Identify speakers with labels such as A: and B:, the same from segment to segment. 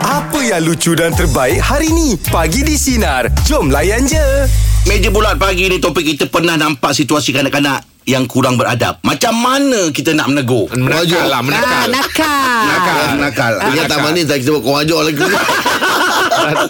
A: Apa yang lucu dan terbaik hari ni? Pagi di Sinar. Jom layan je.
B: Meja bulat pagi ni topik kita pernah nampak situasi kanak-kanak yang kurang beradab. Macam mana kita nak menegur?
C: Menakal lah
D: Ah,
C: Menakal
D: nakal.
C: Nakal
B: Nakal.
C: Dia
B: Nakal.
C: tak manis Tak kita buat korajok lagi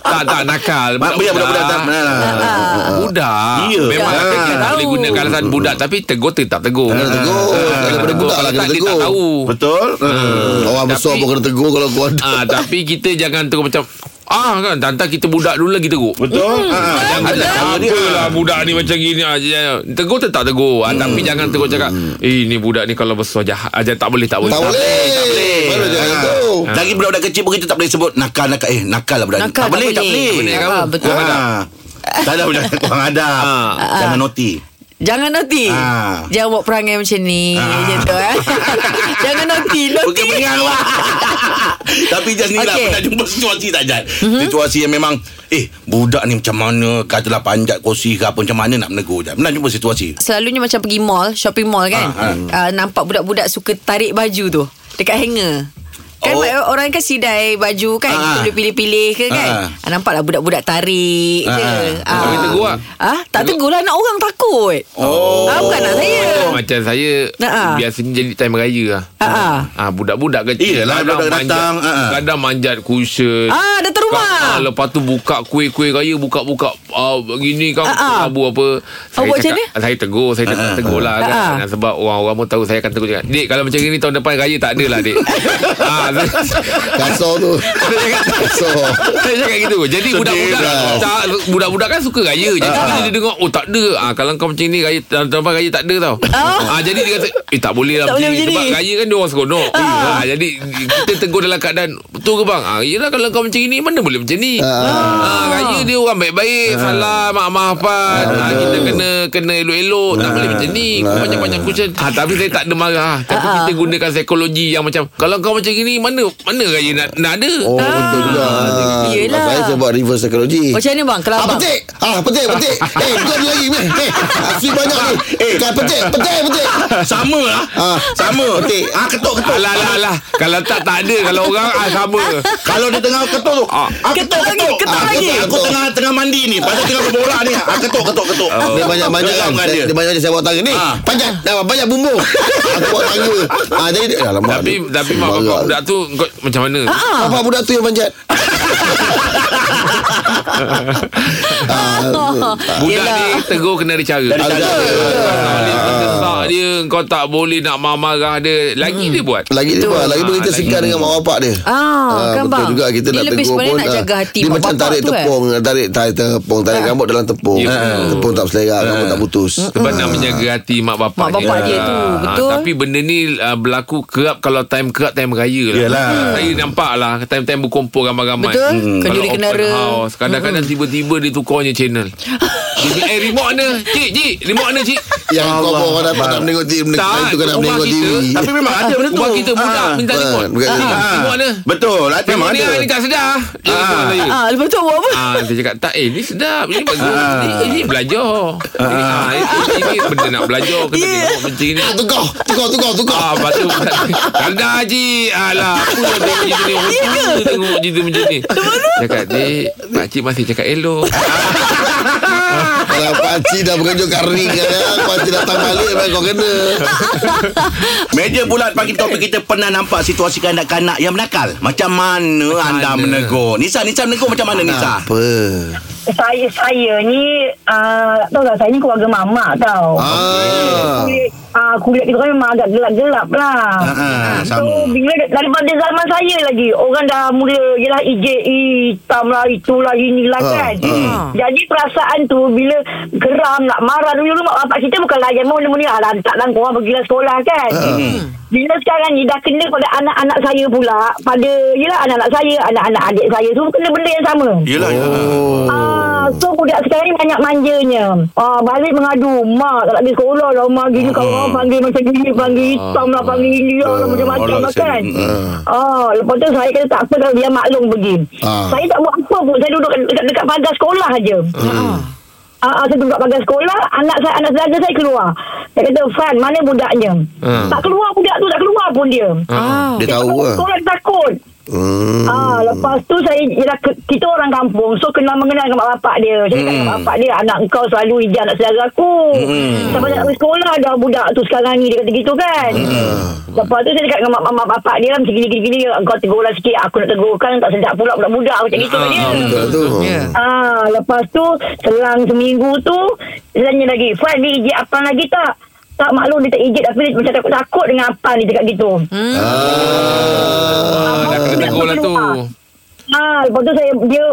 C: Tak tak nakal lah.
B: Budak budak-budak tak
C: Ah. Budak
B: Ya.
C: Memang
D: Ya.
C: kita
D: Tahu.
C: boleh guna alasan budak Tapi tegur tetap tegur
B: Kena tegur.
C: Kena
B: Daripada
C: Ah. tegur
B: budak lah
C: Kalau tak
B: kena
C: dia tak
B: tegur.
C: tahu
B: Betul?
C: Hmm.
B: Orang
C: Tapi-
B: besar pun kena tegur kalau kau ada.
C: Ah, Tapi kita jangan tegur macam Ah kan Tantan kita budak dulu lagi tegur
B: Betul? Ha, jangan
C: Ada
B: tak tahu dia.
C: apalah budak ni macam gini ah, dia- Tegur tetap tegur
B: Hmm.
C: ah, Tapi jangan tegur cakap Eh ni budak ni kalau besar jahat ah, jangan- Tak boleh tak boleh
B: Tak boleh. Tak boleh.
C: Baru "Eh,
B: Ha. Lagi budak-budak kecil pun kita tak boleh sebut nakal-nakal. Eh, nakal lah budak ni.
D: Nakal
B: Tak
D: tak
B: boleh, tak
D: boleh.
B: boleh.
D: Tak boleh, betul.
B: Ha. Tak ada budak kurang adab.
C: Ah.
B: Jangan noti.
D: Jangan noti.
B: Ah.
D: Jangan buat perangai macam ni. Macam tu, eh. Jangan noti. Noti.
B: Pergi pengang lah Tapi just ni lah
D: Okey.
B: Pernah jumpa situasi tak Jan mm-hmm. Situasi yang memang Eh budak ni macam mana Katalah panjat kursi ke apa Macam mana nak menegur Jan Pernah jumpa situasi
D: Selalunya macam pergi mall, shopping mall kan.
B: Ah,
D: Ah, nampak budak-budak suka tarik baju tu dekat hanger. Kan
B: Oh.
D: oh. orang kan sidai baju kan
B: Ah, ah.
D: Kita boleh pilih-pilih ke kan
B: Ah,
D: ah. Nampaklah budak-budak tarik
B: Ah,
D: je
B: ah.
D: Ah.
C: Tapi tegur tak?
D: Ah, Tak tegur lah Nak orang takut
B: Oh.
D: ah, Bukan nak saya
C: Macam saya
D: Ha-ha.
C: Biasanya jadi time raya lah
D: Ha-ha.
C: Ah, Budak-budak kecil
B: Yelah, budak-budak datang, ha-ha.
C: Kadang manjat cushion
D: Ah, datang rumah.
C: Ah, Lepas tu buka kuih-kuih raya Buka-buka ah, Gini kan
D: Ha-ha.
C: Abu apa Saya
D: buat macam
C: cakap- Saya tegur
E: Ah,
C: Saya tegur, tegur lah kan
D: Ha-ha.
C: Dan Sebab orang-orang pun tahu Saya akan tegur cakap Dek kalau macam ni Tahun depan raya tak ada lah dek ah, saya-
E: Kasar tu Kasar lah.
C: Saya cakap gitu Jadi budak-budak tak, Budak-budak kan suka raya Jadi
E: ah.
C: bila dia dengar Oh tak ada ah, Kalau kau macam ni raya, Tahun depan raya tak ada tau ah, Jadi dia kata Eh tak boleh lah
D: Tak boleh macam
C: Sebab
D: ni.
C: raya kan dia orang seronok ah, Jadi kita tegur dalam keadaan Betul ke bang ah, Yelah kalau kau macam ni Mana boleh macam ni ah, Raya dia orang baik-baik Salah maaf-maafan ah, Kita kena Kena elok-elok Tak boleh macam ni Banyak-banyak cushion ah, Tapi saya tak ada marah Tapi kita gunakan psikologi Yang macam Kalau kau macam ni Mana mana raya nak, nak ada
E: Oh betul juga Ah,
D: Yelah.
E: Saya sebab reverse psychology
B: Oh,
D: Macam mana bang Kalau
E: Ah
D: abang
E: petik Ah petik petik Eh kau ada lagi meh Eh asyik banyak ni Eh kau petik petik petik
B: Sama lah
E: Ah.
B: Sama Betul ah, Ketuk-ketuk
C: Alah, alah, alah. Kalau tak, tak ada. Kalau orang, ah, sama.
B: Kalau dia tengah ketuk tu ah,
D: Ketuk lagi, ketuk
B: aku,
D: lagi.
B: Aku tengah tengah mandi ni Pasal tengah berbola ni ah, Ketuk-ketuk-ketuk
E: dia banyak banyak kan Saya- Dia banyak macam saya bawa tangan Ni
B: Ah.
E: panjat Dah banyak bumbu Aku bawa tangan Ah jadi Alamak
C: Tapi,
E: dia-
C: tapi mak Ah, bapak
E: Sembarang.
C: budak tu kau, macam mana?
E: Apa Ah. budak tu yang panjat Ah,
C: Budak ni tegur kena ada cara. Ada
B: cara. Ah,
E: ah,
C: Kesesak dia, kau tak boleh nak marah-marah dia.
D: Hmm.
C: Lagi dia buat.
E: Lagi dia buat Lagi pun kita
C: Ah, lagi.
E: sekat dengan mak bapak dia
D: Ah, kan
E: betul
D: bang.
E: juga kita
D: Dia
E: nak
D: lebih
E: tegur
D: sebenarnya
E: pun
D: nak
E: ah,
D: jaga hati
E: dia
D: mak
E: macam
D: bapak
E: tarik
D: tu, eh.
E: tepung tarik tarik tepung tarik rambut dalam tepung
C: Ya,
E: Ah,
C: betul.
E: tepung tak selera rambut tak putus Ah,
C: Sebab nak menjaga hati mak bapak
D: Ah. Mak bapak dia tu,
C: Ah,
D: betul.
C: Tapi benda ni ah, berlaku kerap kalau time kerap time raya lah.
B: Yalah.
C: Saya nampak lah time-time berkumpul ramai-ramai. Hmm.
D: Betul.
C: Kalau
D: Kenduri
C: open
D: kenara. Hmm.
C: house, kadang-kadang tiba-tiba dia tukarnya channel. Dia bilang, eh remote mana? Cik, cik, remote mana cik?
E: yang kau bawa orang dapat tak menengok TV
C: Tak,
E: itu kan nak
C: rumah
E: menengok TV
C: kita
B: Tapi memang ada benda tu
C: Rumah kita budak
B: Ah.
C: minta
E: Ah,
C: remote
E: bukan
C: Ah,
E: remote.
C: Remote mana?
B: Betul ada Memang
C: Remote ni,
B: ada
C: ah, ni tak sedar Dia
B: Ah.
C: remote saya.
D: Ah, lepas tu buat apa?
C: Ah, dia cakap tak eh ni sedap ini bagus ini, ini belajar ini, ah, ini, ini benda nak belajar kena
D: Yeah.
C: tengok macam ni
E: Ah, tukar tukar tukar tukar
C: Ah, lepas tu Kanda Haji Alah Aku dah tengok cerita ni Aku dah tengok cerita macam ni Cakap Dek Pakcik masih cakap elok
E: kalau pakcik dah berkejuk kat ring kan ah. pakcik datang balik memang kau kena
B: Meja bulat pagi topik kita pernah nampak situasi kanak-kanak yang menakal. Macam mana macam anda
C: mana?
B: mana? menegur? Nisa, Nisa menegur macam mana Nisa?
E: apa
F: saya saya ni uh, tahu tak saya ni keluarga mamak tau. Ah.
E: ah
F: Kulit, uh, kulit kita orang memang agak gelap-gelap lah.
B: Ha,
C: ah,
B: ha,
D: Ah,
F: So
B: sama.
F: bila daripada zaman saya lagi Orang dah mula Yelah IJE Hitam lah Itulah inilah
E: Ah,
F: kan
D: ah.
F: Jadi perasaan tu Bila geram Nak marah Dulu mak bapak kita Bukan layan Mula-mula Alah taklah korang pergilah sekolah kan Bila sekarang ni Dah kena pada anak-anak saya pula Pada Yelah anak-anak saya Anak-anak adik saya Semua kena benda yang sama
B: Yelah, yelah.
E: oh
F: Ah, so budak sekarang ni banyak manjanya. Ah, balik mengadu, mak tak nak pergi sekolah lah, mak gini kau orang panggil macam gini, panggil hitam lah, panggil India lah, macam-macam lah kan. Ah, lepas tu saya kata tak apa kalau dia maklum pergi.
E: Ah.
F: Saya tak buat apa pun, saya duduk dekat, dekat pagar sekolah aja.
E: Hmm.
F: Ah, ah, saya duduk pagar sekolah, anak saya anak saudara saya keluar. Saya kata, "Fan, mana budaknya?" Tak keluar budak tu, tak keluar pun dia.
D: Ah.
E: dia tahu
F: Dia
E: ah
F: sekolah dia takut.
E: Hmm.
F: Ah, lepas tu saya ialah, ke- kita orang kampung so kenal mengenal dengan mak bapak dia. Saya hmm. mak bapak dia anak kau selalu ijaz anak saudara aku. Hmm. Sampai nak pergi sekolah dah budak tu sekarang ni dia kata gitu kan. Hmm. Lepas tu saya dekat dengan mak, mak bapak dia lah macam gini-gini kau tegurlah sikit aku nak tegurkan tak sedap pula budak-budak macam gitu
C: Ah,
F: kan dia.
E: Betul tu.
D: Ya.
F: Ah, lepas tu selang seminggu tu saya tanya lagi, "Fuad ni ijaz apa lagi tak?" Tak maklum dia tak ijaz tapi dia macam takut-takut dengan apa ni cakap gitu. Hmm.
C: Ah, dah kena tegur lah tu.
F: Ha, lepas tu saya dia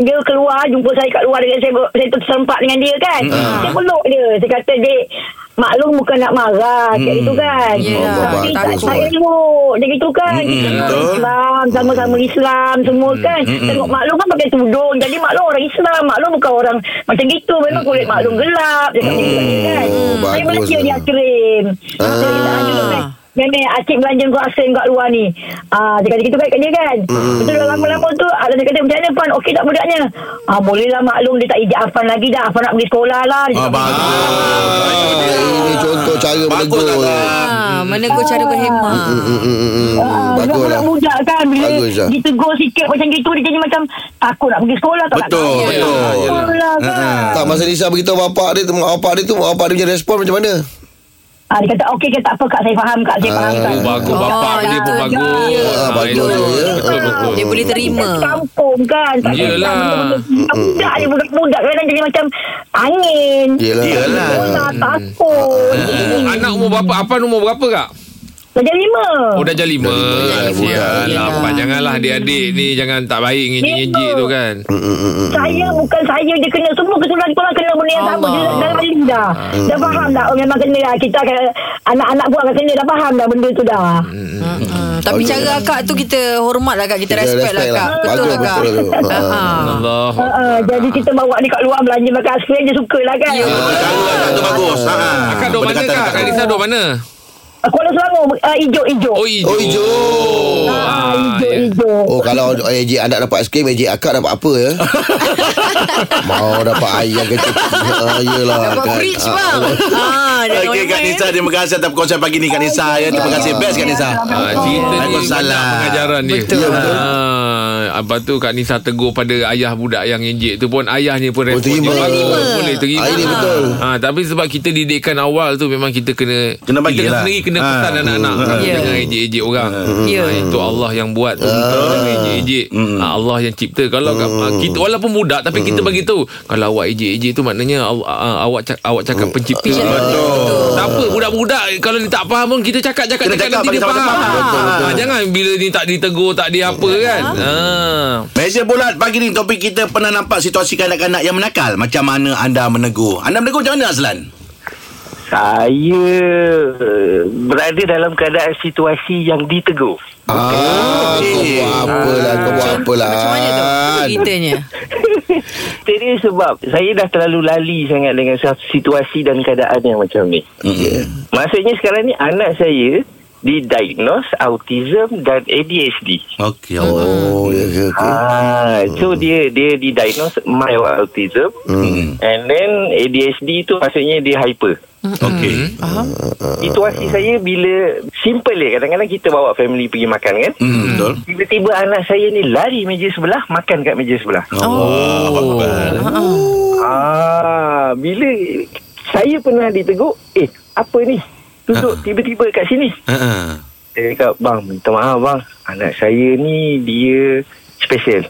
F: dia keluar jumpa saya kat luar dengan saya saya terserempak dengan dia kan. Hmm. Saya peluk dia. Saya kata dek maklum bukan nak marah hmm. itu kan.
D: Yelah,
F: Tapi tak
D: takut.
F: saya elok dia gitu kan. Kita orang
B: betul.
F: Islam sama-sama Islam semua kan. Tengok maklum kan pakai tudung. Jadi maklum orang Islam, maklum bukan orang macam gitu memang kulit maklum gelap cakap macam gitu kan.
E: Oh,
F: Saya
E: bagus
F: mana kira
E: tu.
F: dia krim. Saya tak ada
D: Ah.
F: Nenek asyik belanja kau asin kat luar ni ah, Dia kata gitu kan kat dia kan Lepas tu dah lama-lama tu Ada dia kata macam mana Pan Okey tak budaknya ah, Boleh lah maklum Dia tak ijak Afan lagi dah Afan nak pergi sekolah lah Dia
B: Ah,
F: cakap,
B: bagus.
E: Ah, Ini contoh cara
B: Bagus
E: menegur.
B: lah.
D: Ah, menegur cara berhemah.
E: Hmm, hmm, hmm, hmm.
F: Ah, sebab
E: Bagus lah.
F: anak muda kan Bila
E: Bagus lah.
F: ditegur sikit macam gitu Dia jadi macam Takut nak pergi sekolah tak
B: Betul,
F: nak Ah,
B: betul.
F: Sekolah kan
E: Tak masa Lisa beritahu bapak dia tu mak bapak dia tu mak bapak dia punya respon macam mana?
F: ah, Dia kata okey ke tak apa kak Saya faham kak Saya faham kak Ah,
C: Oh, bagus. Bapak
D: Oh,
C: dia pun
D: ya.
C: bagus.
D: Ya.
C: Ah,
E: bagus
C: elok.
E: tu, ya.
C: Betul, betul.
D: Ah, Dia boleh terima. Hmm.
F: Kita kampung kan tak
C: Yelah.
F: Budak ni budak-budak kadang jadi macam Angin
E: Yelah.
B: Yelah.
F: Sekolah
C: Hmm.
F: takut
C: Oh, Anak umur berapa? Apa umur berapa kak?
F: Darjah lima
C: Oh dah jadi lima.
E: budak.
C: Sialah. Pak janganlah adik-adik ni jangan tak baik ngejek-ngejek tu kan.
F: Saya bukan saya je kena Semua keseluruhan kita orang kena benda yang sama
D: Allah. Hmm.
F: Dia dah- dah lalu dah Dah faham dah oh, Memang kena lah Kita akan Anak-anak pun akan kena Dah faham dah benda tu dah
D: Hmm, tapi cara akak tu kita hormat lah kak. Kita,
E: Kita
D: respect, lah
E: respect
D: kak.
E: lah.
D: Betul
E: Bagus,
D: lah kak.
E: betul tu. Ha.
D: Ah, ah.
C: Allah.
F: Uh, uh, jadi kita bawa ni kat luar belanja makan aspirin dia suka lah
D: Ya.
F: kan.
B: Ah,
F: Yeah.
B: Cara lah, tu bagus. Ha.
C: Kak duduk mana
B: Berdekatan
C: kak?
B: dekat
C: Kak Lisa duduk mana?
F: Kuala Selangor uh, ijuk-ijuk.
C: Oh hijau.
E: Oh, hijau.
C: Ah,
F: Ah,
C: ya.
F: ijuk-ijuk.
E: Oh kalau AJ anak dapat skim AJ akak dapat apa ya? Mau dapat ayam ke ah, Yelah
D: Dapat
E: kan.
D: fridge
E: Ah,
D: bang. Ah, jangan
B: Okey Kak
D: main-main.
B: Nisa Terima kasih atas perkongsian pagi ni Kak Nisa ya. Terima kasih Best Kak Nisa
C: Ah, cerita ni
B: Bagus
C: banyak
B: salah.
C: pengajaran dia.
D: Betul. Ya, betul.
C: Ah, lepas tu Kak Nisa tegur pada ayah budak yang injek tu pun ayahnya pun respon dia
E: terima.
C: bagus.
D: Terima.
C: Boleh terima.
E: Ah, ini betul.
C: Ah, tapi sebab kita didikan awal tu memang kita kena
B: Kena bagi
C: kita
B: lah.
C: sendiri kena
B: Ah.
C: pesan anak-anak
D: Ya.
C: jangan ejek-ejek orang.
D: Ya.
C: Ah, itu Allah yang buat tu. Jangan ejek-ejek. Ah, Allah yang cipta. Kalau kat- ah, kita walaupun budak tapi kita bagi tahu kalau awak ejek-ejek tu maknanya aw- ah, awak cak- awak cakap pencipta. Betul. Tak apa budak-budak kalau dia tak faham pun kita cakap-cakap
B: Kena
C: cakap
B: cakap
C: nanti dia
B: bagi sama-sama
C: faham.
B: faham. Betul,
C: Ah, jangan bila ni tak ditegur tak dia apa kan. Ah.
B: Meja bulat pagi ni topik kita pernah nampak situasi kanak-kanak yang menakal. Macam mana anda menegur? Anda menegur macam mana Azlan?
G: Saya eh, berada dalam keadaan situasi yang ditegur.
E: Ah, kau
B: Okey.
E: buat apalah, kau buat lah. apalah.
D: Macam mana tu
E: Ah.
D: ceritanya?
G: Jadi sebab saya dah terlalu lali sangat dengan sa- situasi dan keadaan yang macam ni.
B: Mm-mm.
G: Maksudnya sekarang ni anak saya didiagnose autism dan ADHD.
B: Okey. Allah.
E: Oh, ya ke? ke?
G: Ah, so dia dia didiagnose mild autism
B: Mm.
G: and then ADHD tu maksudnya dia hyper.
B: Okey.
G: Situasi saya bila simple je kadang-kadang kita bawa family pergi makan kan.
B: Mm, betul.
G: Tiba-tiba anak saya ni lari meja sebelah Makan kat meja sebelah
E: Oh.
D: Oh.
B: Allah Akbar.
D: ah.
G: Ah, Bila Saya pernah ditegur Eh apa ni Duduk tiba-tiba kat sini
B: Ha.
G: Saya cakap Bang minta maaf bang Anak saya ni Dia Special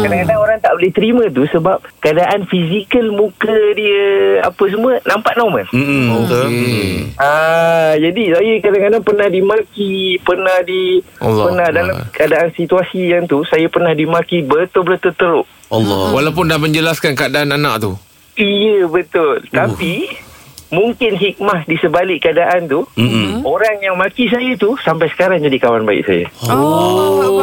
G: Kadang-kadang orang tak boleh terima tu Sebab Keadaan fizikal Muka dia Apa semua Nampak normal
B: Mm, betul.
C: Hmm.
B: Mm.
G: Ah, jadi saya kadang-kadang pernah dimaki, pernah di
C: Allah.
G: Allah pernah dalam keadaan situasi yang tu saya pernah dimaki betul-betul teruk.
B: Allah.
C: Walaupun dah menjelaskan keadaan anak tu.
G: Iya betul. Uh. Tapi mungkin hikmah di sebalik keadaan tu
B: Mm-mm.
G: orang yang maki saya tu sampai sekarang jadi kawan baik saya.
C: Oh,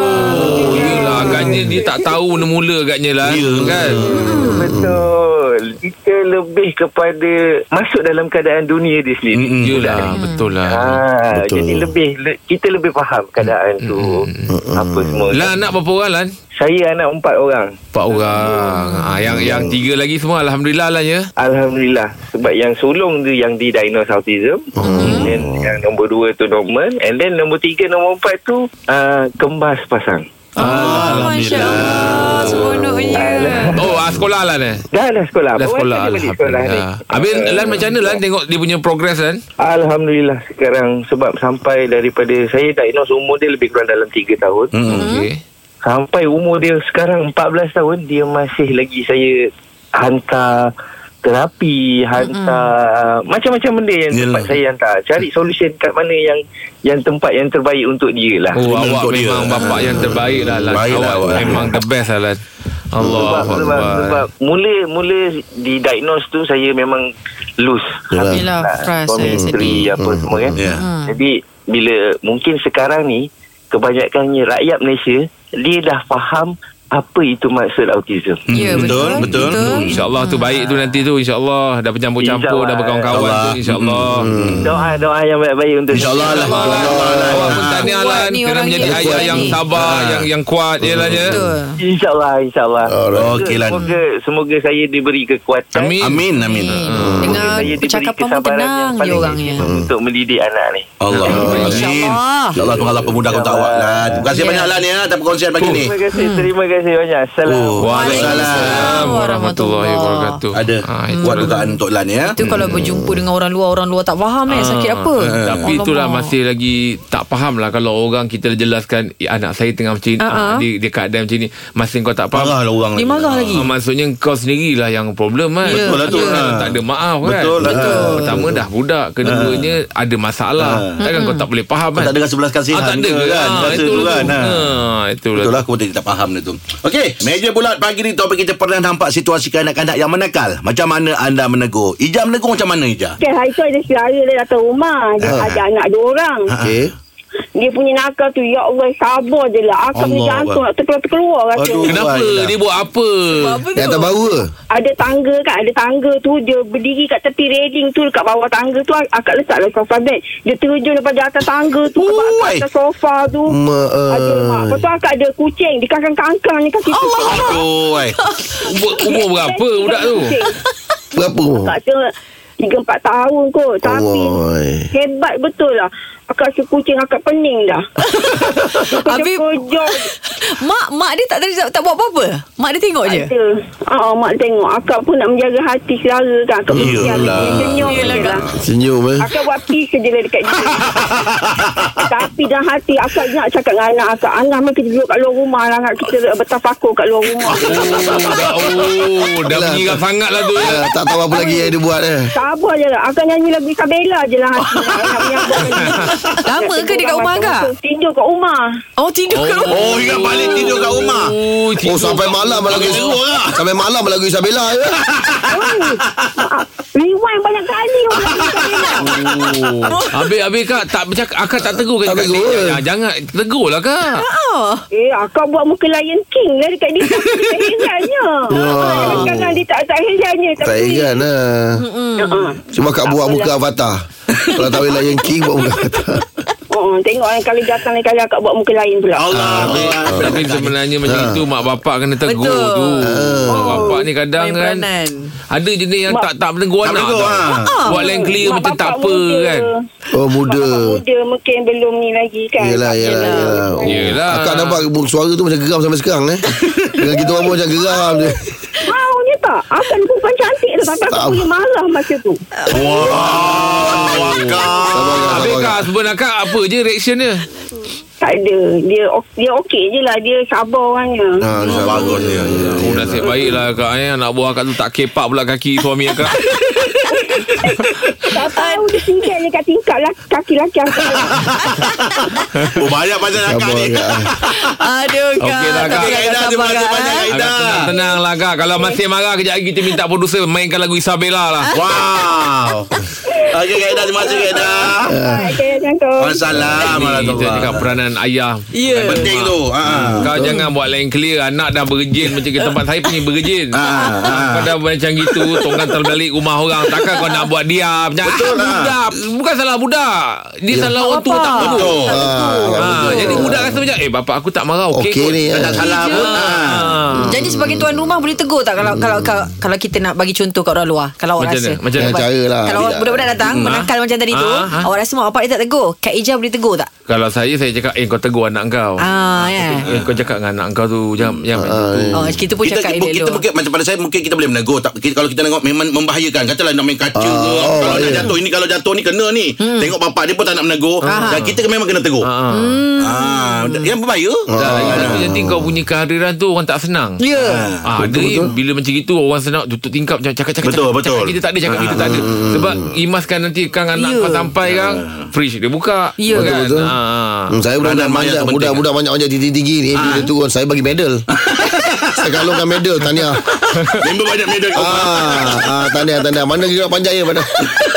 C: yelah agaknya dia tak tahu mula-mula agaknya lah
B: Ya.
C: kan.
G: Hmm. Betul. Kita lebih kepada masuk dalam keadaan dunia di
C: Hmm.
G: sini.
B: Mm-mm.
C: Yelah, betul lah.
G: Ah,
E: Betul.
G: jadi lebih le, kita lebih faham keadaan tu apa semua. kan.
C: Lah anak berapa orang Lan?
G: Saya anak empat orang.
C: Empat orang. Ah, yang yang tiga lagi semua alhamdulillah lah ya.
G: Alhamdulillah Sebab yang sulung tu Yang didiagnose autism And ah, then yang nombor dua tu normal And then nombor tiga Nombor empat tu uh, Kembar sepasang
D: Oh, Masya Allah. Seronoknya.
C: Oh, ah, sekolah lah ni.
G: Dah dah sekolah
C: Dah
G: Baru
C: sekolah
G: sekali balik sekolah ni.
C: Alhamdulillah Habis Lan macam mana lah? Lan Tengok dia punya progress Lan
G: Alhamdulillah sekarang Sebab sampai daripada Saya diagnose umur dia Lebih kurang dalam 3 tahun
B: Hmm.
C: Okay
G: Sampai umur dia sekarang 14 tahun Dia masih lagi saya Hantar terapi Hantar
C: Hmm.
G: uh, Macam-macam benda yang
B: Yelah.
G: tempat saya hantar Cari solution kat mana yang Yang tempat yang terbaik untuk dia lah
C: Oh
B: Ini
C: awak
B: untuk dia.
C: memang dia. bapak yang terbaik lah Lan
B: Baik lah
C: Awak
B: awak.
C: memang the best lah Lan Allah
G: sebab, sebab, sebab mula mula di diagnose tu saya memang loose.
E: Yelah.
D: Yelah, frust,
G: suami
D: eh,
G: isteri
D: sedih.
G: apa semua kan.
B: Ya.
D: Hmm.
G: Jadi bila mungkin sekarang ni kebanyakannya rakyat Malaysia dia dah faham apa itu maksud autism.
D: Ya, betul.
B: Betul.
D: Betul.
C: InsyaAllah tu baik tu nanti tu InsyaAllah Dah bercampur-campur Dah
G: InsyaAllah.
C: berkawan-kawan tu InsyaAllah
G: Doa doa yang baik-baik untuk
B: InsyaAllah lah.
C: Awak pun
B: Ah.
C: tahniah
D: Kuat
C: Lan
D: ni
C: Kena
D: orang
C: menjadi
D: ni.
C: ayah
D: Kuat
C: yang
D: ni.
C: sabar Yang yang kuat je lah je
D: Betul.
G: Insyaallah insyaallah.
E: Alright.
B: Okey, Lan.
G: Semoga semoga saya diberi kekuatan.
C: Amin.
B: Amin amin.
D: Hmm. Dengar
G: Semoga saya diberi
D: percakapan pun
G: kesabaran yang
D: tenang je
G: paling
D: orangnya.
G: efektif
B: Hmm.
G: Untuk mendidik anak ni.
B: Allah. Amin.
D: InsyaAllah.
B: InsyaAllah Tuhan Allah pemudahkan untuk awak Lan. Terima kasih
D: Ya.
B: banyak Lan ya atas perkongsian pagi ni.
G: Terima kasih,
D: Hmm.
G: terima kasih banyak. Salam.
B: Oh, Waalaikumsalam.
C: Warahmatullahi wabarakatuh
B: Ada
C: Ah,
D: Hmm.
C: itu
B: kuat
C: lah.
B: dugaan untuk Lan ya.
D: Itu kalau berjumpa dengan orang luar Orang luar tak faham eh Sakit
B: Ah.
D: apa
C: Ah, Tapi
D: Alamak.
C: itulah masih lagi tak faham lah kalau orang kita jelaskan "Eh, anak saya tengah macam ni,
D: Ah, ah.
C: uh dia, dia keadaan macam ni. Masih kau tak faham.
B: Marahlah orang
D: Dia
B: lagi.
D: marah lagi
C: Ah, maksudnya kau sendirilah yang problem kan.
D: Ya, Betul lah
B: tu,
C: Kau
B: ha.
C: Tak ada maaf kan.
B: Betul lah. Betul.
C: Pertama dah budak, keduanya ada masalah. Takkan kau tak boleh faham
B: Ah. Kau
C: kan.
B: tak ada sebelas kasihan
C: Ah, tak ada
B: ke kan?
C: Ah,
B: Rasa tu
C: itulah
B: kan.
C: tu.
B: ha.
C: Ah, itulah.
B: Betul lah aku pun tak faham dia tu Okey Meja bulat pagi ni Topik kita pernah nampak Situasi kanak-kanak yang menakal Macam mana anda menegur Ija menegur macam mana Ija
F: Kan hari tu ada saudara dia datang rumah Dia
B: Ha.
F: ada anak dua orang
E: Okey.
F: Dia punya nakal tu Ya Allah sabar je lah Akak punya
B: Allah
F: jantung
B: Allah.
F: nak terkeluar-keluar rasa
B: Aduh.
C: Kenapa?
B: Wah,
C: Dia buat apa?
D: Apa
E: Yang tak
D: tu
E: bau ke?
F: Ada tangga kan Ada tangga tu Dia berdiri kat tepi railing tu Dekat bawah tangga tu Akak letak lah sofa bed Dia terjun daripada atas tangga tu Ke
B: Ui.
F: bawah atas sofa tu
E: Ma,
F: Aduh,
E: eh.
F: mak. Lepas tu akak ada kucing Dia kangkang-kangkang ni kan kaki tu
B: Aduh ai.
C: Umur, umur
F: kan,
C: berapa budak tu?
E: Berapa?
F: Akak kata Tiga empat tahun kot Tapi
E: Allah. eh.
F: Hebat betul lah Akak rasa kucing akak pening dah
D: Habis-
F: Kejap-kejap
D: Mak mak dia tak tak, tak buat apa-apa Mak dia
C: Oh,
D: tengok
C: ya.
D: je
F: Ada Aa, Mak tengok Akak pun nak menjaga hati saudara kan Akak
B: Iyalah.
F: mesti ada Senyum je lah
E: Senyum eh.
F: Akak buat peace je lah dekat dia Tapi dalam hati Akak nak cakap dengan anak akak Anak mari kita duduk kat luar rumah lah Anak kita bertafakur kat luar rumah
C: Oh, dah, oh, dah
E: Alah.
C: mengirap sangat lah tu. ya.
E: Ah, tak tahu apa lagi yang dia buat eh.
F: Sabar je lah Akak nyanyi lagu Isabella je lah hati nak- nak menyambutkan dia.
D: Lama ke dia kat rumah akak?
F: Tidur kat rumah
D: Oh tidur ke rumah
B: Oh ingat balik tidur kat rumah
C: Oh,
E: Oh
C: tidur
E: sampai
C: kat-
E: malam lagu Sampai malam lagu Isabella ya.
F: Oi, maaf. Rewind banyak kali orang lagu Isabella
C: Oh. Habis habis kak tak bercakap akak tak tegur kan
E: Tak
C: Kak?
E: tegur.
C: Jangan, jangan tegurlah
B: Ah.
C: kak.
D: Ah.
F: Eh, akak buat muka Lion King lah dekat dia. Tak herannya. Kadang-kadang dia tak, tak
C: Kan
F: herannya.
E: Tak heran lah.
F: Uh-uh.
E: Cuma kat buat muka Avatar. Kalau tak boleh Lion King buat muka Avatar.
F: Uh-uh. Tengok kan kali datang lain kali akak buat muka lain pula.
B: Allah
E: Ah.
C: Tapi sebenarnya macam
B: Ah.
C: itu mak bapak kena tegur
D: Betul.
C: tu. Mak bapak ni kadang
D: Main
C: kan
D: peranan
C: ada jenis yang
F: Mak- Ah.
C: tak tak menegur
B: Tak
C: anak.
B: menegur,
C: tau.
E: ah.
B: ha.
C: Buat lain clear
F: Mak
C: macam tak
F: bapak
C: apa
F: muda.
C: kan.
E: Oh
F: Mak bapak
E: muda.
F: muda mungkin belum ni lagi kan.
E: Yelah, yelah, yelah. Oh.
C: Yelah. Ah,
E: Akak nampak suara tu macam geram sampai sekarang eh. Dengan kita orang pun macam geram je.
F: Mau ni tak? Akak ni perempuan cantik tu. Tapi akak
E: Tahu.
F: boleh marah masa tu.
E: Sabar kak,
C: Ah, Habis kak
E: sabar kak.
C: sebenarnya kak apa je reaction dia?
F: Tak ada. Dia, ok- dia okey je lah. Dia sabar orangnya.
E: Ha, dia sabar.
B: Bagus dia
C: Oh nasib baiklah kak eh anak buah kak tu tak kepak pula kaki suami kak.
F: Tak tahu dia tingkat je kat tingkat lah. Kaki laki akak.
B: Oh banyak macam akak
E: Sabar ya.
B: ni
E: kak.
D: Aduh kak
C: Okey lah, Kak.
D: Tapi
B: Okey, dah, terima
D: sabar
B: kasih
D: kak
B: banyak,
D: eh.
B: Kak.
C: Agak tenang-tenang lah kak Kalau masih marah Kejap lagi kita minta producer Mainkan lagu Isabella lah
B: Wow Okey Kak Ida Terima kasih Kak Ida
F: Okay, thank you.
C: Ini
E: lah ah.
C: kita cakap
B: Assalamualaikum
C: peranan ayah
D: Ya
B: Penting tu ha.
C: Kau jangan buat lain clear Anak dah berjin Macam ke tempat saya punya berjin
B: Ah, ah.
C: Kau dah macam gitu Tongkan terbalik rumah orang Takkan kau nak buat diam Jangan Betul
B: lah.
C: budak Bukan salah budak Dia salah orang tua tak
D: Bapak.
C: penuh
E: Ha,
C: Ha,
E: betul.
C: jadi budak rasa macam Eh bapak aku tak marah Okey
E: Okey
C: kot.
E: ni,
B: Ya. ha.
C: Tak
E: eh.
C: salah pun
D: Ah.
C: Ah.
D: Jadi sebagai tuan rumah boleh tegur tak kalau kalau
B: Hmm.
D: kalau, kalau kita nak bagi contoh kat orang luar kalau awak
C: Macam
D: rasa.
C: mana? Macam
E: mana? Cara lah.
D: Kalau
E: Bila-
D: budak-budak datang
C: Hmm,
D: menakal
C: ah.
D: macam tadi tu,
C: Ah, ah.
D: awak rasa mak bapak dia tak tegur. Kak Ija boleh tegur tak?
C: Kalau saya Saya cakap Eh kau tegur anak kau
D: Ah, ya.
C: Eh, kau cakap dengan anak kau tu Jangan jangan macam tu.
D: Oh, kita pun
B: Hmm. kita,
D: cakap
B: kita, kita
D: elok-elok.
B: mungkin macam pada saya mungkin kita boleh menegur tak kita, kalau kita tengok memang membahayakan katalah nak main kaca ke
E: Ah, oh,
B: kalau nak
E: ya.
B: jatuh ini kalau jatuh ni kena ni
D: Hmm.
B: tengok bapak dia pun tak nak menegur
D: Ah.
B: dan kita memang kena tegur
C: Ah.
D: Hmm.
B: ah yang berbahaya
E: Ah.
C: Dah lagi satu Nanti kau punya kehadiran tu Orang tak senang
D: Ya.
C: Ah, dia bila macam gitu orang senang tutup tingkap macam cakap cakap
B: Betul,
C: cakap,
B: betul.
C: cakap kita tak ada
E: Ah,
C: cakap kita tak ada sebab imaskan nanti kan anak
D: Ya.
C: kau sampai kan fridge dia buka
D: Ya.
C: kan?
E: Betul-betul.
C: Ah.
E: Hmm, saya budak-budak
B: Peranan mayat
E: banyak
B: tu penting.
E: budak-budak banyak banyak tinggi-tinggi ni bila turun saya bagi medal. saya galungkan medal tahniah.
B: member banyak medal
E: Ah, ah tahniah tahniah. Mana kira panjang ya pada.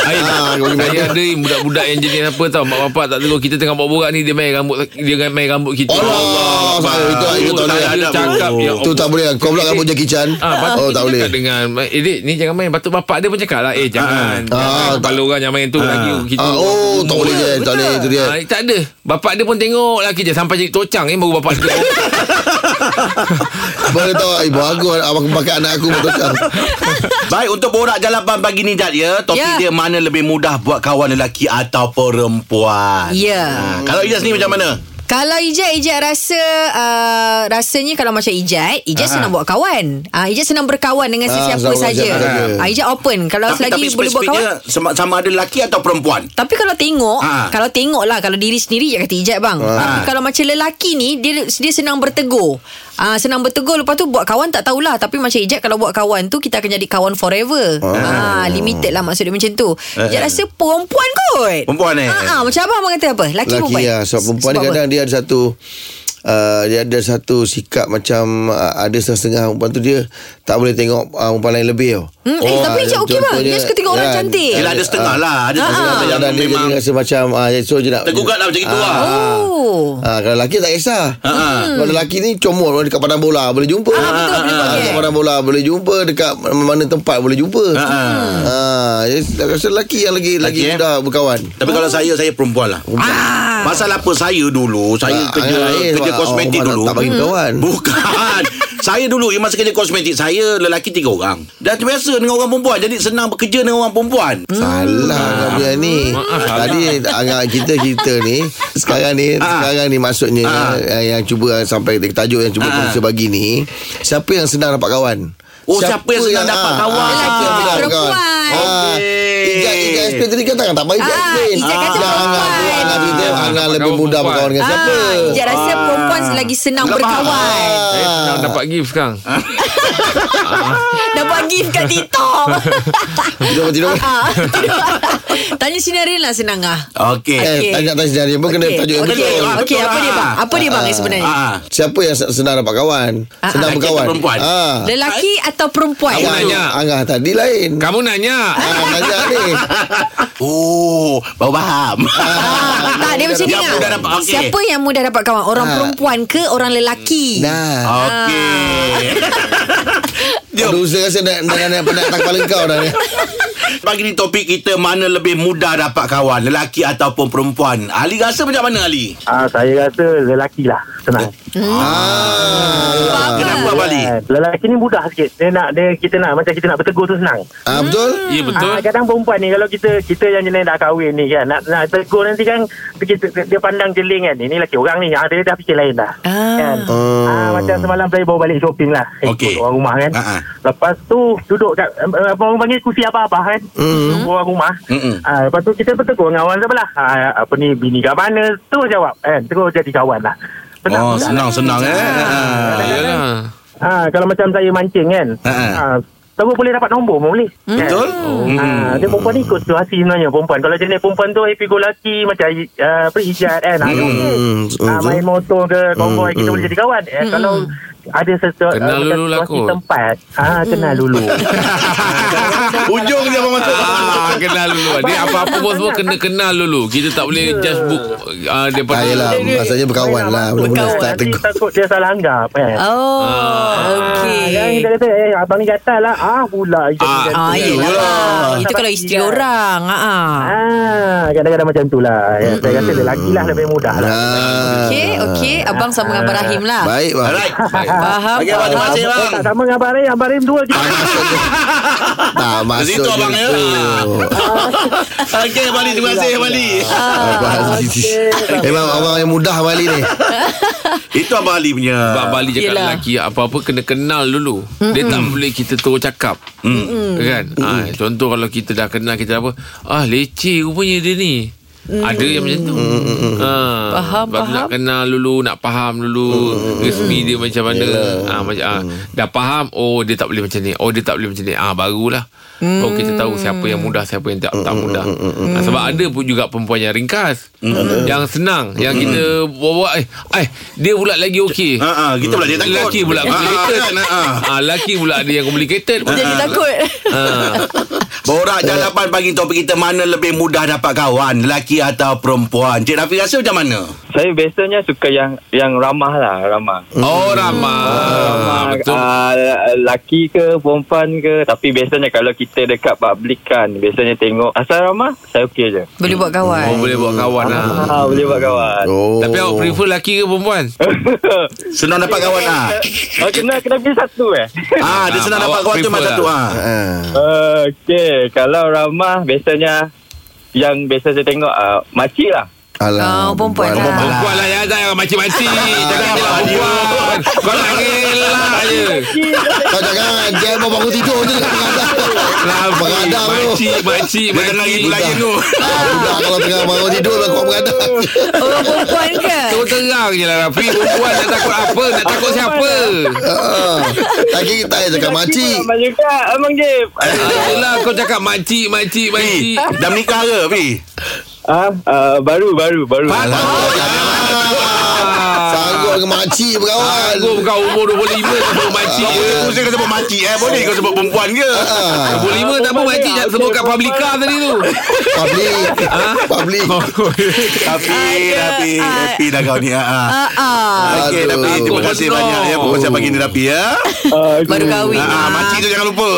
E: Ah, bagi
C: Saya
E: medal.
C: ada budak-budak yang jenis apa tau Mak bapak tak tegur Kita tengah borak-borak ni Dia main rambut Dia main rambut kita
E: Allah, saya itu itu tak boleh.
C: Dia cakap ya,
E: Tu tak boleh. lah. Kau pula rambut Jackie Chan.
C: Ah,
E: Oh, tak boleh.
C: dengan Eh Dik, ni jangan main Patut bapak dia pun cakap lah Eh jangan
E: Ah.
C: Jangan.
E: Ah,
C: Kalau orang yang main tu Lagi kita
E: Ah, oh, tak boleh je. Tak boleh. Itu dia.
C: Ah, tak ada. Bapak dia pun tengok lelaki je sampai jadi tocang ni baru bapak dia.
E: Boleh tahu Ibu aku Abang pakai anak aku kan?" Bertukar
B: Baik untuk borak jalapan pagi ni Jad ya Topik
D: Ya.
B: yeah. dia mana lebih mudah buat kawan lelaki atau perempuan
D: Ya.
B: ha, Kalau Ijaz ni macam mana?
D: Kalau Ijat Ijat rasa uh, rasanya kalau macam Ijat Ijat
B: Ah.
D: senang buat kawan. Ah Ijat senang berkawan dengan
E: Ah,
D: sesiapa
E: sama
D: saja.
E: siapa saja.
D: Ah Ijat open kalau
B: Tapi, tapi
D: selagi boleh buat kawan.
B: spesifiknya sama, sama ada lelaki atau perempuan?
D: Tapi kalau tengok
B: Ah.
D: Kalau tengok lah Kalau diri sendiri Ya kata ijat bang
E: Ah.
D: Tapi kalau macam lelaki ni Dia dia senang bertegur Ah Senang bertegur Lepas tu buat kawan tak tahulah Tapi macam ijat Kalau buat kawan tu Kita akan jadi kawan forever
E: Oh.
D: ah. Limited lah maksud dia macam tu
E: Eh,
D: Ijat rasa perempuan kot
B: Perempuan eh?
D: ah, ah, Macam abang abang kata apa Laki,
E: Lelaki
D: perempuan
E: ya Sebab perempuan ni
D: Sebab
E: kadang Dia ada satu Uh, dia ada satu sikap macam uh, ada setengah perempuan tu dia tak boleh tengok uh, perempuan lain lebih tau. Ah,
D: Hmm, eh, tapi Ijat okey, bang.
E: contohnya,
D: Dia suka tengok orang
E: kan,
D: cantik. Ah,
B: Yelah ada setengah lah Ada setengah
E: Kadang-kadang
B: yang
E: dia
B: memang
E: jadi rasa macam uh, so je nak
B: Tergugat lah macam itu lah
D: Oh
E: Ah, kalau lelaki tak kisah.
B: Ah.
E: Kalau lelaki ni comot dekat padang bola boleh jumpa.
D: Ah, betul, boleh buat
E: Dekat
D: geng.
E: padang bola boleh jumpa dekat mana tempat boleh jumpa. Ha. jadi saya rasa lelaki yang lagi lagi
B: Lelaki, eh?
E: mudah berkawan.
B: Tapi
D: Oh.
B: kalau saya Saya perempuan lah ah. Pasal apa saya dulu Saya
E: Ah,
B: kerja
E: ah, eh,
B: Kerja
E: sebab
B: kosmetik
E: orang tak-
B: dulu Hmm.
E: tak
D: Hmm.
E: bagi kawan.
B: Bukan Saya dulu Masa kerja kosmetik Saya lelaki tiga orang Dah terbiasa dengan orang perempuan Jadi senang bekerja dengan orang perempuan Ah.
E: Salah kau punya ni. Tadi agak kita kita ni sekarang ni
B: Ah.
E: sekarang ni maksudnya yang, yang cuba eh, sampai tajuk yang cuba
B: Ah.
E: kita bagi ni siapa yang senang dapat kawan?
B: Oh, siapa yang senang dapat kawan?
E: Lelaki yang senang dapat kawan.
D: Perempuan.
E: Ah,
B: Okey.
E: Ijat Ijat explain tadi kan tak tak baik Ijat
D: Ah,
E: explain.
D: Ijat kata
E: Dah,
D: perempuan.
E: Angah, Angah cerita
C: Ah,
E: Angah
C: dapat
E: lebih
C: kawan
E: mudah
C: perempuan.
E: berkawan dengan siapa? Ah.
D: ah, Ijat rasa perempuan Lagi senang
B: Nampak?
D: berkawan
B: Eh,
C: Saya senang dapat gift sekarang.
D: Dah buat gift kat TikTok
E: Tidur tidur.
D: Ah, Tanya sinarin lah senang ah.
B: Okey
E: Eh,
D: Okey.
E: tanya tanya sendiri pun kena
D: Okey.
E: tajuk yang
D: Okey,
E: betul.
B: Ah,
D: Okey,
B: betul
D: apa
B: lah.
D: dia bang? Apa dia bang yang sebenarnya?
B: ah.
E: Siapa yang senang dapat kawan? Senang
B: ah.
E: berkawan.
B: Lelaki atau perempuan?
E: Ah.
D: Lelaki atau perempuan?
C: Awak
E: Angah-
C: nanya.
E: Angah tadi lain.
C: Kamu nanya.
E: Angah tanya ni.
B: ah. Oh Baru faham
D: Ah, tak, dia macam ni
B: Yang
D: ah.
B: mudah dapat, okey.
D: Siapa yang mudah dapat kawan? Orang
E: Ah.
D: perempuan ke orang lelaki?
E: Nah.
B: Okey
D: Ah.
B: Jom.
E: Aduh, saya rasa nak, nak, nak penat tak kepala kau dah ni.
B: Pagi ni topik kita Mana lebih mudah dapat kawan Lelaki ataupun perempuan Ali rasa macam mana Ali?
G: Ah, saya rasa lelaki lah Senang
E: Ah.
B: Kenapa Abang Ali?
G: Eh, Lelaki ni mudah sikit Dia nak dia, Kita nak Macam kita nak bertegur tu senang
E: Ah, betul?
C: Ya betul.
G: Ah, kadang perempuan ni Kalau kita Kita yang jenis dah kahwin ni kan Nak, nak tegur nanti kan kita, Dia pandang jeling kan Ini lelaki orang ni ah, Dia dah fikir lain dah
D: Ah.
G: kan?
B: Hmm.
E: Oh.
G: Ah, Macam semalam saya bawa balik shopping lah
B: Okey.
G: Ikut Orang rumah kan
B: Ah, ah.
G: Lepas tu Duduk kat eh, Apa orang panggil Kursi apa-apa kan
B: Hmm.
G: mm-hmm. Orang rumah
B: Mm-mm.
G: ah, Lepas tu kita bertegur Dengan orang sebelah ah, Apa ni Bini kat mana Terus jawab kan? Terus jadi kawan lah Senang
B: Oh
G: mudah.
B: senang-senang eh kan?
C: Ah, Yalah.
G: Ha, kalau macam saya mancing kan.
B: Ha,
G: Ha.
B: ha.
G: ha terus boleh dapat nombor pun boleh. Hmm.
B: Betul?
G: Ha, dia perempuan ni ikut situasi sebenarnya perempuan. Kalau jenis perempuan tu happy go lucky macam uh, apa hijat kan. Ha,
E: Hmm,
G: hmm. ha,
E: betul.
G: main motor ke konvoi kita boleh jadi kawan. Eh, Kalau ada sesuatu
C: Kenal
G: macam
C: dulu lah
G: situasi
C: kot.
G: tempat. Ha, kenal dulu.
B: Ujung dia abang masuk
C: Ah, kenal dulu Dia apa-apa pun semua Kena kenal dulu Kita tak boleh
B: Ya.
C: Just book ah,
E: Ah,
C: Daripada
E: yelah, maksudnya berkawan lah. Mula-mula
G: Berkawan.
E: start
G: Nanti
E: tegur.
G: takut dia salah anggap kan.
D: Oh,
G: Ah, kan
D: okey.
G: kita kata eh abang ni gatal lah. Ah pula hijab
B: Ah,
G: ni gatal.
D: Ah, yelah. bang. Itu kalau isteri
G: Hijab.
D: orang. Ah. ah.
G: Ah, kadang-kadang macam tu lah. Ya, saya kata lelaki lah lebih mudah lah.
E: Ah.
D: Okey, okey. Abang sama dengan Abang Rahim lah.
E: Baik, bang.
B: Alright
D: Faham.
B: Okey, abang. Terima kasih, abang.
G: Tak sama dengan Abang Rahim Abang Rahim dua je
E: Ah, Tak
B: Dari
E: masuk
B: situ, abang.
E: dia
B: Ya.
E: Ah, tu.
B: Okey, abang. Ali. Terima kasih, abang. Ah. Ali.
D: Ah.
E: Abang Aziz. Memang Eh, abang yang mudah abang Ali ni.
B: Itu abang Ali punya.
C: Sebab Bali cakap
D: Yelah.
C: Yelah. lelaki Apa-apa kena kenal dulu Mm-mm. Dia tak boleh kita terus cakap Mm-mm. Kan ha, Contoh kalau kita dah kenal Kita apa Ah leceh rupanya dia ni Mm. Ada yang macam tu ha,
D: Faham,
C: sebab tu
D: faham.
C: Nak kenal dulu Nak faham dulu mm. Resmi dia macam mana ha, macam, ha, Dah faham Oh dia tak boleh macam ni Oh dia tak boleh macam ni ah ha, Barulah mm. Oh kita tahu siapa yang mudah Siapa yang tak, tak mudah ha, Sebab ada pun juga Perempuan yang ringkas mm. Yang senang Yang kita Bawa eh, eh Dia pula lagi okey
B: Ha, ha, kita pula dia takut.
C: Lelaki pula
B: Ha, ha,
C: complicated.
B: kan, ha, ha.
C: Ah, lelaki pula ada yang complicated.
D: Jadi takut.
C: Ah.
B: Borak jalapan pagi topik kita mana lebih mudah dapat kawan, lelaki atau perempuan? Cik Rafi rasa macam mana?
G: Saya biasanya suka yang Yang ramah lah Ramah
C: Oh ramah. Ah,
G: Ah,
C: betul.
G: ah, laki ke perempuan ke tapi biasanya kalau kita dekat public kan biasanya tengok asal ramah saya okey je
D: Boleh buat kawan.
C: Oh boleh buat kawan lah.
G: ah, boleh buat kawan
E: Oh.
C: Tapi awak prefer laki ke perempuan?
B: Senang
C: Eh.
B: dapat kawan ah.
G: oh, kena kena pilih satu eh
B: Ah, dia
C: Ah,
B: senang dapat
C: awak
B: kawan tu
C: prefer
B: masa tu
C: lah.
B: ah.
E: Ah.
G: okey kalau ramah biasanya yang biasa saya tengok uh, makcik lah
E: Alah.
D: Ah, perempuan lah.
C: Perempuan lah ya Jangan makcik-makcik Jangan lah perempuan Kau nak gelak je
E: Kau jangan Dia mau bangun tidur je Dekat pengadap
C: Kenapa
E: Mengadap Ah, tu
C: Makcik Makcik
B: Dia tengah
C: Makcik
B: ibu layan tu.
E: Ah, Budak kalau tengah bangun tidur Lah kau mengadap
D: Orang perempuan ke?
C: Terus terang je lah Rafi Perempuan nak takut apa Nak takut siapa
E: Ah. Tak kira tak payah cakap makcik
G: Ramah juga Abang Jeb
C: Ah, Yelah kau cakap makcik
B: Pi,
C: Makcik Makcik
B: dah menikah ke, Pi?
G: ah, ah, Baru baru baru
C: Ah.
E: Sanggup dengan makcik berkawan
C: Aku bukan umur 25 tak sebut makcik Ah, ya. je.
B: Kau mesti kau sebut makcik eh. Boleh kau sebut perempuan ke?
E: Ah,
C: 25 tak apa makcik jangan sebut kat publica tadi tu.
E: Public Public
B: Rafi, Rafi, Rafi dah kau ni. Ah.
D: Ah, ah.
B: Okey,
E: Aduh.
B: Rafi, terima kasih
C: Bodoh.
B: banyak ya perkongsian pagi ni Rafi ya.
G: Ah,
D: Baru kahwin.
B: Ah,
D: Ah.
B: makcik tu jangan lupa.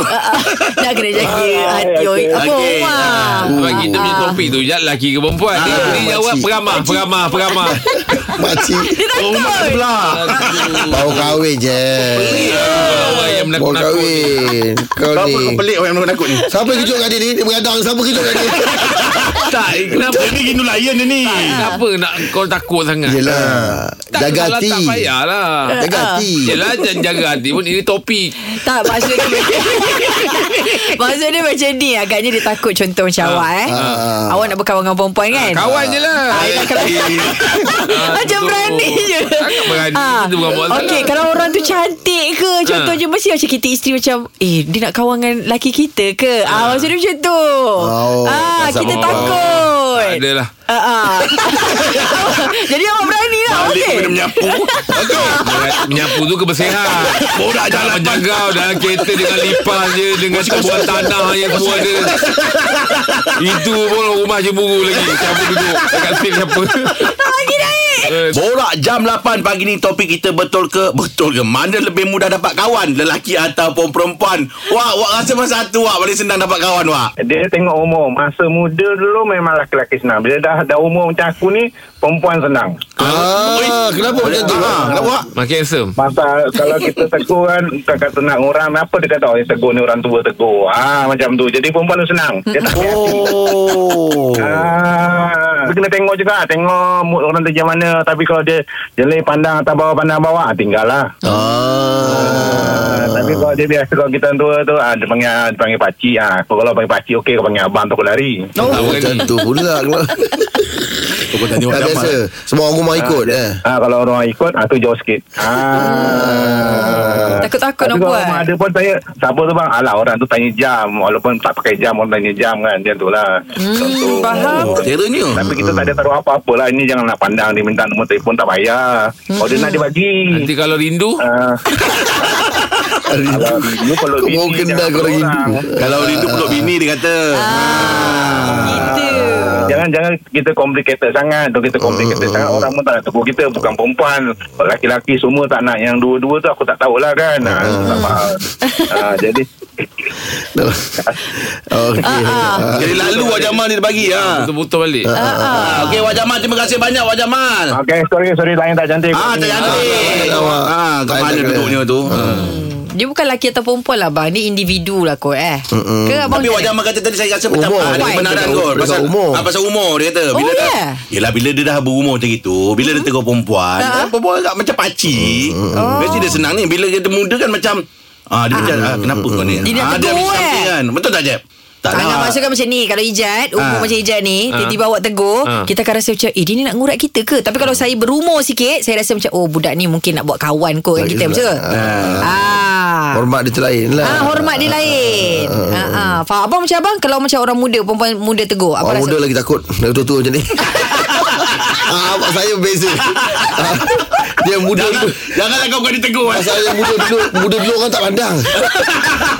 D: Nak kena jaga hati
G: okey.
D: orang. Apa
B: Okey.
D: Umar?
C: Sebab kita punya topik tu Jat lelaki ke perempuan Dia, dia jawab
E: Ah, makcik.
C: peramah Peramah Peramah
E: Makcik
B: Rumah sebelah.
E: Baru kahwin je
C: Orang yang
E: Baru
C: eh, menakut-nakut
E: kahwin Kau
B: Kau apa kau
E: ni
B: pelik orang yang menakut ni?
E: Siapa yang kejut kat dia ni Dia mengadang Siapa kejut kat dia
C: Tak eh, kenapa
B: Dia ni gini layan dia ni.
C: Kenapa nak kau takut sangat
E: Yelah
C: tak,
E: Jaga
C: kalau
E: hati
C: Tak payahlah
E: Jaga hati
C: Yelah jangan jaga hati pun Ini topik
D: Tak maksud dia Maksud dia macam ni Agaknya dia takut Contoh macam awak eh
E: ah.
D: Awak nak berkawan dengan perempuan kan
C: Kawan je lah
D: Macam
C: betul.
D: berani je
C: Sangat berani. Kita bukan buat
D: Ah. Okey
C: salah.
D: Kalau orang tu cantik ke Contohnya mesti macam kita isteri macam Eh dia nak kawan dengan lelaki kita ke ah. Maksud dia macam tu
E: Oh,
D: ah,
E: dasar
D: Kita
E: perempuan.
D: takut
C: Tak adalah
D: Ah, ah. Jadi awak berani lah
B: Balik
D: okey.
B: kena menyapu. Okey.
C: Menyapu tu kebersihan
B: Borak jalan
C: Jalan
B: pagi.
C: jagau dalam kereta dengan lipas je dengan sebuah tanah yang semua ada. Itu pun rumah cemburu lagi. Siapa duduk dekat seat siapa.
D: Lagi naik
C: Eh,
B: Borak jam 8 pagi ni topik kita betul ke? Betul ke? Mana lebih mudah dapat kawan? Lelaki ataupun perempuan? Wah, wah rasa masa tu wah paling senang dapat kawan wah.
H: Dia tengok umur Masa muda dulu Memang lelaki-lelaki senang Bila dah, dah umur macam aku ni Perempuan senang
E: Ah, Kenapa macam tu
B: Ha, kenapa wak?
C: Makin handsome.
H: Masa kalau kita tegur kan Tak kata nak orang Apa dia kata Oh yang tegur ni orang tua tegur ah, Macam tu Jadi perempuan tu senang Dia tak
E: Oh
H: Ah, dia kena tengok juga Tengok mood orang tu macam mana Tapi kalau dia Jelai pandang atas bawah Pandang bawah ah, Tinggal lah ah, Tapi kalau dia biasa Kalau kita orang tua tu ah, Dia panggil, dia panggil pakcik ah. Kalau panggil pakcik Okey kau panggil abang tu aku lari
C: kan?
E: Oh, macam tu pula
B: Kau tanya
E: Tak biasa Semua orang rumah ikut eh.
H: Ah kalau orang ikut ah tu jauh sikit. Ah.
D: Takut-takut nak
H: Tapi kalau
D: buat.
H: rumah Ada pun saya Siapa tu bang Alah orang tu tanya jam Walaupun tak pakai jam Orang tanya jam kan Dia tu lah
D: hmm, Faham
B: Oh, Teranya.
H: Tapi kita tak ada taruh apa-apa lah Ini jangan nak pandang Dia minta nombor telefon tak payah Kalau dia nak dia bagi
C: Nanti kalau rindu
H: Ah. Kalau rindu Kalau
E: Kau mau
H: bini, jangan
E: kenal kau
H: orang.
E: rindu Ah.
B: Kalau dia tu peluk bini dia kata.
D: Gitu
H: Jangan jangan kita complicated sangat. Kalau kita complicated sangat orang pun tak nak tegur kita bukan perempuan, lelaki-lelaki semua tak nak yang dua-dua tu aku tak tahulah kan. Ha, tak faham. Ha, jadi
E: Dalam- Okey.
B: Ah. Jadi lalu Wak Jamal ni dia bagi ha.
C: Betul-betul balik
B: Ah, Okey Wak Jamal terima kasih banyak Wak Jamal.
H: Okay, sorry, sorry. Lain tak cantik.
B: Ah, tak cantik.
E: Ah, awak.
B: Ah, ke
E: Tak
B: mana
E: ada.
B: duduknya tu? Ah.
D: Dia bukan lelaki atau perempuan lah bang Dia individu lah kot eh Mm-mm. Ke abang
B: Tapi Wak Jamal kata tadi saya rasa macam
E: Umur.
B: ah, ada kebenaran
E: Dekat-
B: kot
E: dekat
B: pasal
E: umur.
B: Ah, pasal umur dia kata.
D: Oh,
B: Bila dah
D: yeah.
B: Yelah bila dia dah berumur macam itu, bila dia tegur perempuan, kan perempuan agak macam pakcik. Oh. Mesti dia senang ni bila dia muda kan macam ah dia macam ah, kenapa kau ni?
D: Dia nak
B: Ah,
D: tegur,
B: ambil something
D: eh.
B: kan. Betul tak Jeb? Tak lah.
D: Ah, nak
B: nak.
D: maksudkan macam ni Kalau Ijat Umur
B: Ah.
D: macam Ijat ni
C: Ah.
D: Tiba-tiba awak tegur
C: Ah.
D: Kita akan rasa macam Eh dia ni nak ngurat kita ke Tapi kalau saya berumur sikit Saya rasa macam Oh budak ni mungkin nak buat kawan kot Dengan kita macam tu Ah.
E: Hormat dia terlain lah
D: Ah, hormat dia lain. Ah, ah. Faham abang macam abang kalau macam orang muda perempuan muda tegur. Abang
E: Orang
D: rasa
E: muda lah. lagi takut Dah tua-tua macam ni ah, Abang saya beza Ah, Dia muda
B: Jangan
E: dulu
B: janganlah kau kau ditegur. eh.
E: Pasal yang muda dulu Muda dulu orang tak pandang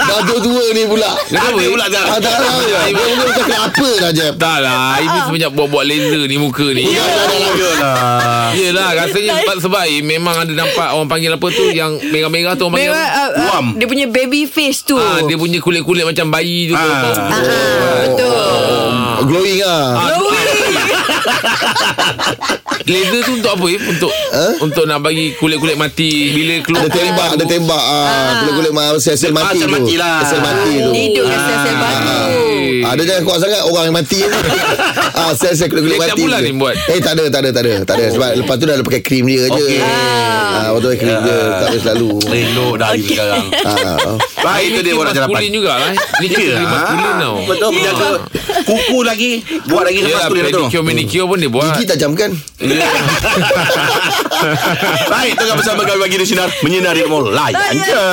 E: Dah tua-tua ni pula
B: Kenapa pula
E: Ah, tak
B: sekarang?
E: tahu ya. Dia mungkin cakap apa lah Jeb
C: Tak
D: Ah,
C: lah Ini semenjak buat-buat laser ni Muka ni
E: Ya.
C: Yelah Rasanya sebab, sebab eh, Memang ada nampak Orang panggil apa tu Yang merah-merah tu Orang panggil
D: Memang ah, ah,
B: Guam.
D: dia punya baby face tu.
C: ah, Dia Oh. punya kulit-kulit Macam bayi tu
D: Ah,
B: Ah.
D: ah, betul.
E: Ah, Glowing lah
C: Laser tu untuk apa eh? Untuk Untuk nak bagi kulit-kulit mati Bila keluar
E: Ha? Ada tembak Ada tembak ah, Kulit-kulit ma- Sel-sel mati
B: sel
E: tu
B: mati lah.
E: Sel mati tu
D: Dia hidupkan sel-sel baru.
C: Eh.
E: Ah, dia jangan kuat sangat Orang yang mati tu ah, Sel-sel kulit-kulit
C: Dia tiap
E: mati
C: bulan
E: tu.
C: ni buat? Oh.
E: Eh tak ada Tak ada tak ada, tak ada. Sebab lepas tu dah pakai krim dia je
B: Okey.
E: ah, Waktu pakai krim dia Tak boleh selalu
C: Eh.
B: Elok dah hari sekarang.
E: ah,
B: Baik itu dia orang jalapan.
C: Maskulin jugalah eh. Ni kita
B: Ya,
C: yeah. maskulin tau
B: Betul menjaga kuku lagi buat lagi
C: Yelah
B: lepas tu dia betul.
C: pedicure manicure pun dia buat
E: Gigi tajamkan
B: Baik tengah bersama kami bagi di sinar menyinari rumah layan je.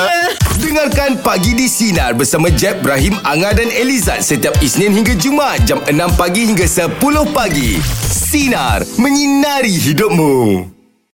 A: Dengarkan Pagi di Sinar bersama Jeb, Ibrahim, Anga dan Elizad setiap Isnin hingga Jumaat jam 6 pagi hingga 10 pagi. Sinar, menyinari hidupmu.